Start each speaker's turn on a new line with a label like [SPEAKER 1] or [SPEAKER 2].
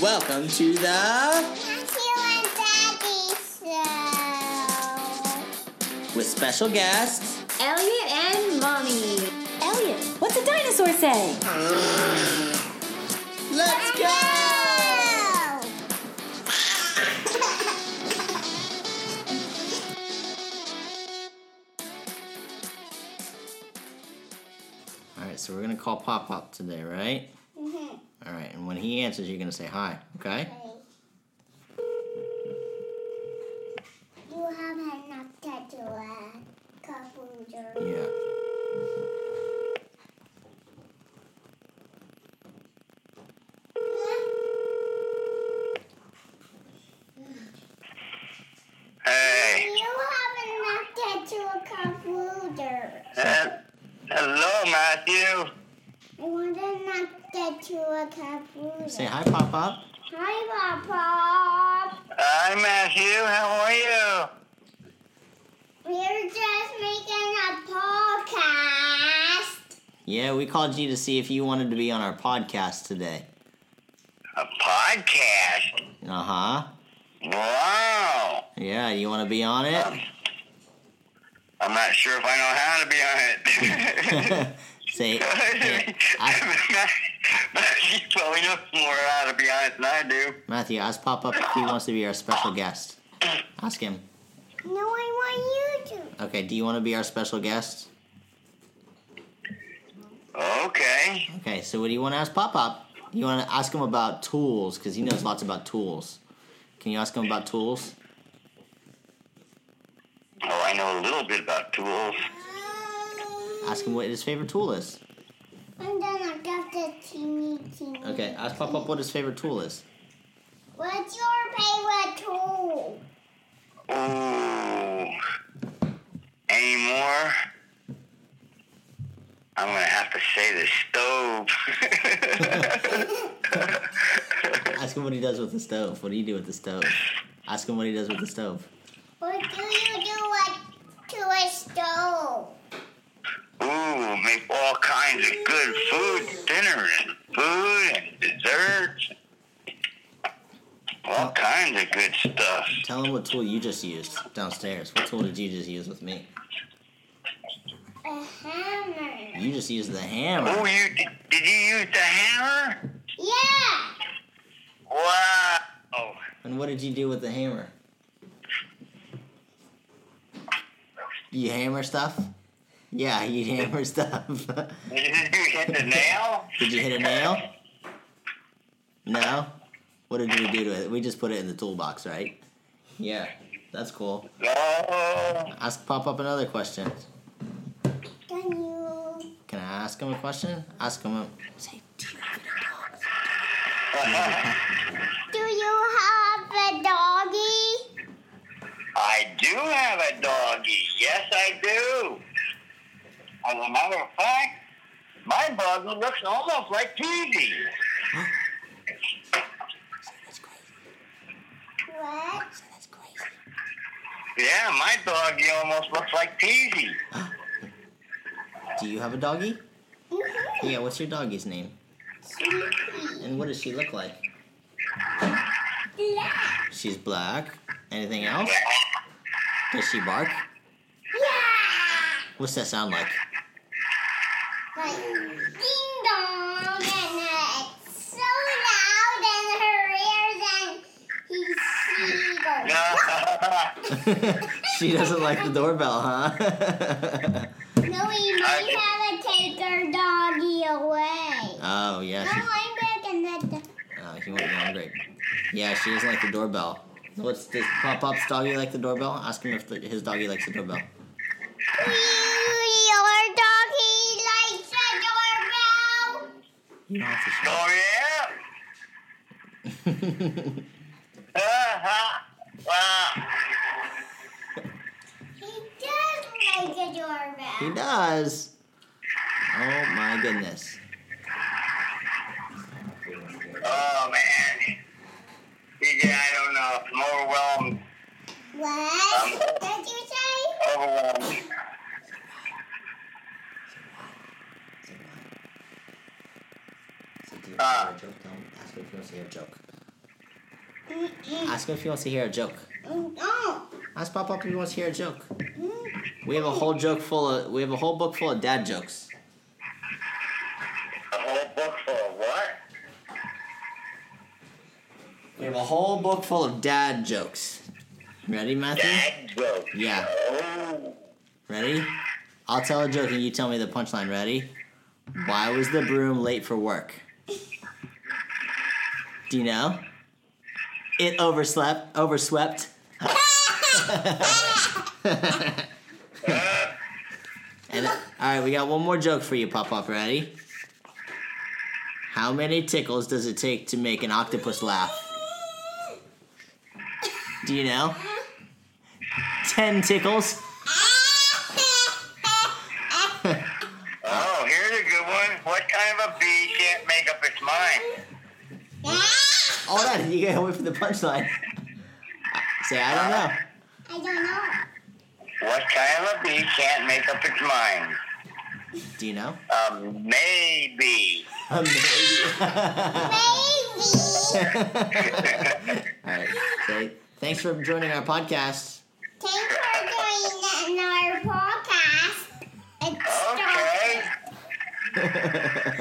[SPEAKER 1] Welcome to the
[SPEAKER 2] Matthew and Daddy show.
[SPEAKER 1] with special guests.
[SPEAKER 3] Elliot and Mommy. Elliot, what's a dinosaur say?
[SPEAKER 1] Let's go! All right, so we're gonna call Pop Pop today, right? All right, and when he answers, you're gonna say hi, okay?
[SPEAKER 2] You haven't knocked at your computer.
[SPEAKER 1] Yeah.
[SPEAKER 4] Hey,
[SPEAKER 2] You haven't knocked at your computer.
[SPEAKER 4] uh, hello, Matthew.
[SPEAKER 2] I want to knock at your computer.
[SPEAKER 1] Say hi, Pop Pop.
[SPEAKER 2] Hi, Papa.
[SPEAKER 4] Hi, Matthew. How are you?
[SPEAKER 2] We're just making a podcast.
[SPEAKER 1] Yeah, we called you to see if you wanted to be on our podcast today.
[SPEAKER 4] A podcast.
[SPEAKER 1] Uh huh.
[SPEAKER 4] Wow.
[SPEAKER 1] Yeah, you want to be on it?
[SPEAKER 4] I'm not sure if I know how to be on it.
[SPEAKER 1] say, yeah, I,
[SPEAKER 4] Matthew probably knows more how to be on it than I do.
[SPEAKER 1] Matthew, ask Pop Up if he wants to be our special guest. Ask him.
[SPEAKER 2] No, I want you to.
[SPEAKER 1] Okay, do you want to be our special guest?
[SPEAKER 4] Okay.
[SPEAKER 1] Okay, so what do you want to ask Pop Up? You want to ask him about tools because he knows lots about tools. Can you ask him about tools?
[SPEAKER 4] Oh, I know a little bit about tools.
[SPEAKER 1] Ask him what his favorite tool is.
[SPEAKER 2] Oh. I'm gonna get the teeny teeny.
[SPEAKER 1] Okay, ask Pop Up what his favorite tool is.
[SPEAKER 2] What's your favorite tool?
[SPEAKER 4] Ooh. Any more? I'm gonna have to say the stove.
[SPEAKER 1] Ask him what he does with the stove. What do you do with the stove? Ask him what he does with the stove.
[SPEAKER 2] What do you do a, to a stove?
[SPEAKER 4] Ooh, make all kinds of good food, dinner and food and desserts. All kinds of good stuff.
[SPEAKER 1] Tell him what tool you just used downstairs. What tool did you just use with me?
[SPEAKER 2] A hammer.
[SPEAKER 1] You just used the
[SPEAKER 4] Ooh,
[SPEAKER 1] hammer.
[SPEAKER 4] you did you use the hammer?
[SPEAKER 2] Yeah.
[SPEAKER 4] Wow.
[SPEAKER 1] And what did you do with the hammer? You hammer stuff? Yeah, you hammer stuff.
[SPEAKER 4] Did you hit the nail?
[SPEAKER 1] did you hit a nail? No? What did we do to it? We just put it in the toolbox, right? Yeah, that's cool.
[SPEAKER 4] No.
[SPEAKER 1] Ask Pop Up another question.
[SPEAKER 2] Can you?
[SPEAKER 1] Can I ask him a question? Ask him a. Say, do you have any dogs?
[SPEAKER 2] Do you have a doggy?
[SPEAKER 4] I do have a doggy. Yes, I do. As a matter of fact, my doggy looks almost like Peasy.
[SPEAKER 2] What?
[SPEAKER 4] Yeah, my doggy almost looks like Peasy.
[SPEAKER 1] Do you have a doggy?
[SPEAKER 2] Mhm.
[SPEAKER 1] Yeah, what's your doggy's name?
[SPEAKER 2] Sleepy.
[SPEAKER 1] And what does she look like?
[SPEAKER 2] Black.
[SPEAKER 1] She's black. Anything else? Does she bark?
[SPEAKER 2] Yeah.
[SPEAKER 1] What's that sound like?
[SPEAKER 2] Like ding dong, and uh, it's so loud in her ears, and he she goes.
[SPEAKER 4] No.
[SPEAKER 1] she doesn't like the doorbell, huh?
[SPEAKER 2] No, we might have to take her doggy away.
[SPEAKER 1] oh yeah,
[SPEAKER 2] No,
[SPEAKER 1] she,
[SPEAKER 2] I'm back in that. do-
[SPEAKER 1] oh, she won't be hungry. Yeah, she doesn't like the doorbell. What's does Pop Pop's doggy like the doorbell? Ask him if the, his doggy likes the doorbell.
[SPEAKER 2] Do your doggy likes the doorbell?
[SPEAKER 1] You don't have to shout.
[SPEAKER 4] oh yeah. Uh-huh. Wow.
[SPEAKER 2] He does like the doorbell.
[SPEAKER 1] he does. Oh my goodness.
[SPEAKER 4] Oh man. Yeah, I don't know. I'm overwhelmed.
[SPEAKER 2] What? Did you say?
[SPEAKER 4] Overwhelmed.
[SPEAKER 1] So do you
[SPEAKER 4] Ah.
[SPEAKER 1] have a joke? Tell him. Ask him if he wants to hear a joke. Ask him if he wants to hear a joke.
[SPEAKER 2] Oh,
[SPEAKER 1] Ask Pop Up if he wants to hear a joke. We have a whole joke full of we have a whole book full of dad jokes.
[SPEAKER 4] A whole book full of what?
[SPEAKER 1] We have a whole book full of dad jokes. Ready, Matthew?
[SPEAKER 4] Dad jokes.
[SPEAKER 1] Yeah.
[SPEAKER 4] Oh.
[SPEAKER 1] Ready? I'll tell a joke and you tell me the punchline. Ready? Why was the broom late for work? Do you know? It overslept, overswept. and all right, we got one more joke for you, Pop Up. Ready? How many tickles does it take to make an octopus laugh? Do you know? Ten tickles.
[SPEAKER 4] Oh, here's a good one. What kind of a bee can't make up its mind?
[SPEAKER 1] Hold on, you gotta wait for the punchline. Say, I don't know.
[SPEAKER 2] I don't know.
[SPEAKER 4] What kind of a bee can't make up its mind?
[SPEAKER 1] Do you know?
[SPEAKER 4] Um, maybe.
[SPEAKER 2] Baby,
[SPEAKER 1] Alright, say, thanks for joining our podcast.
[SPEAKER 2] thanks for doing that in our podcast. It's
[SPEAKER 4] Okay.
[SPEAKER 2] started.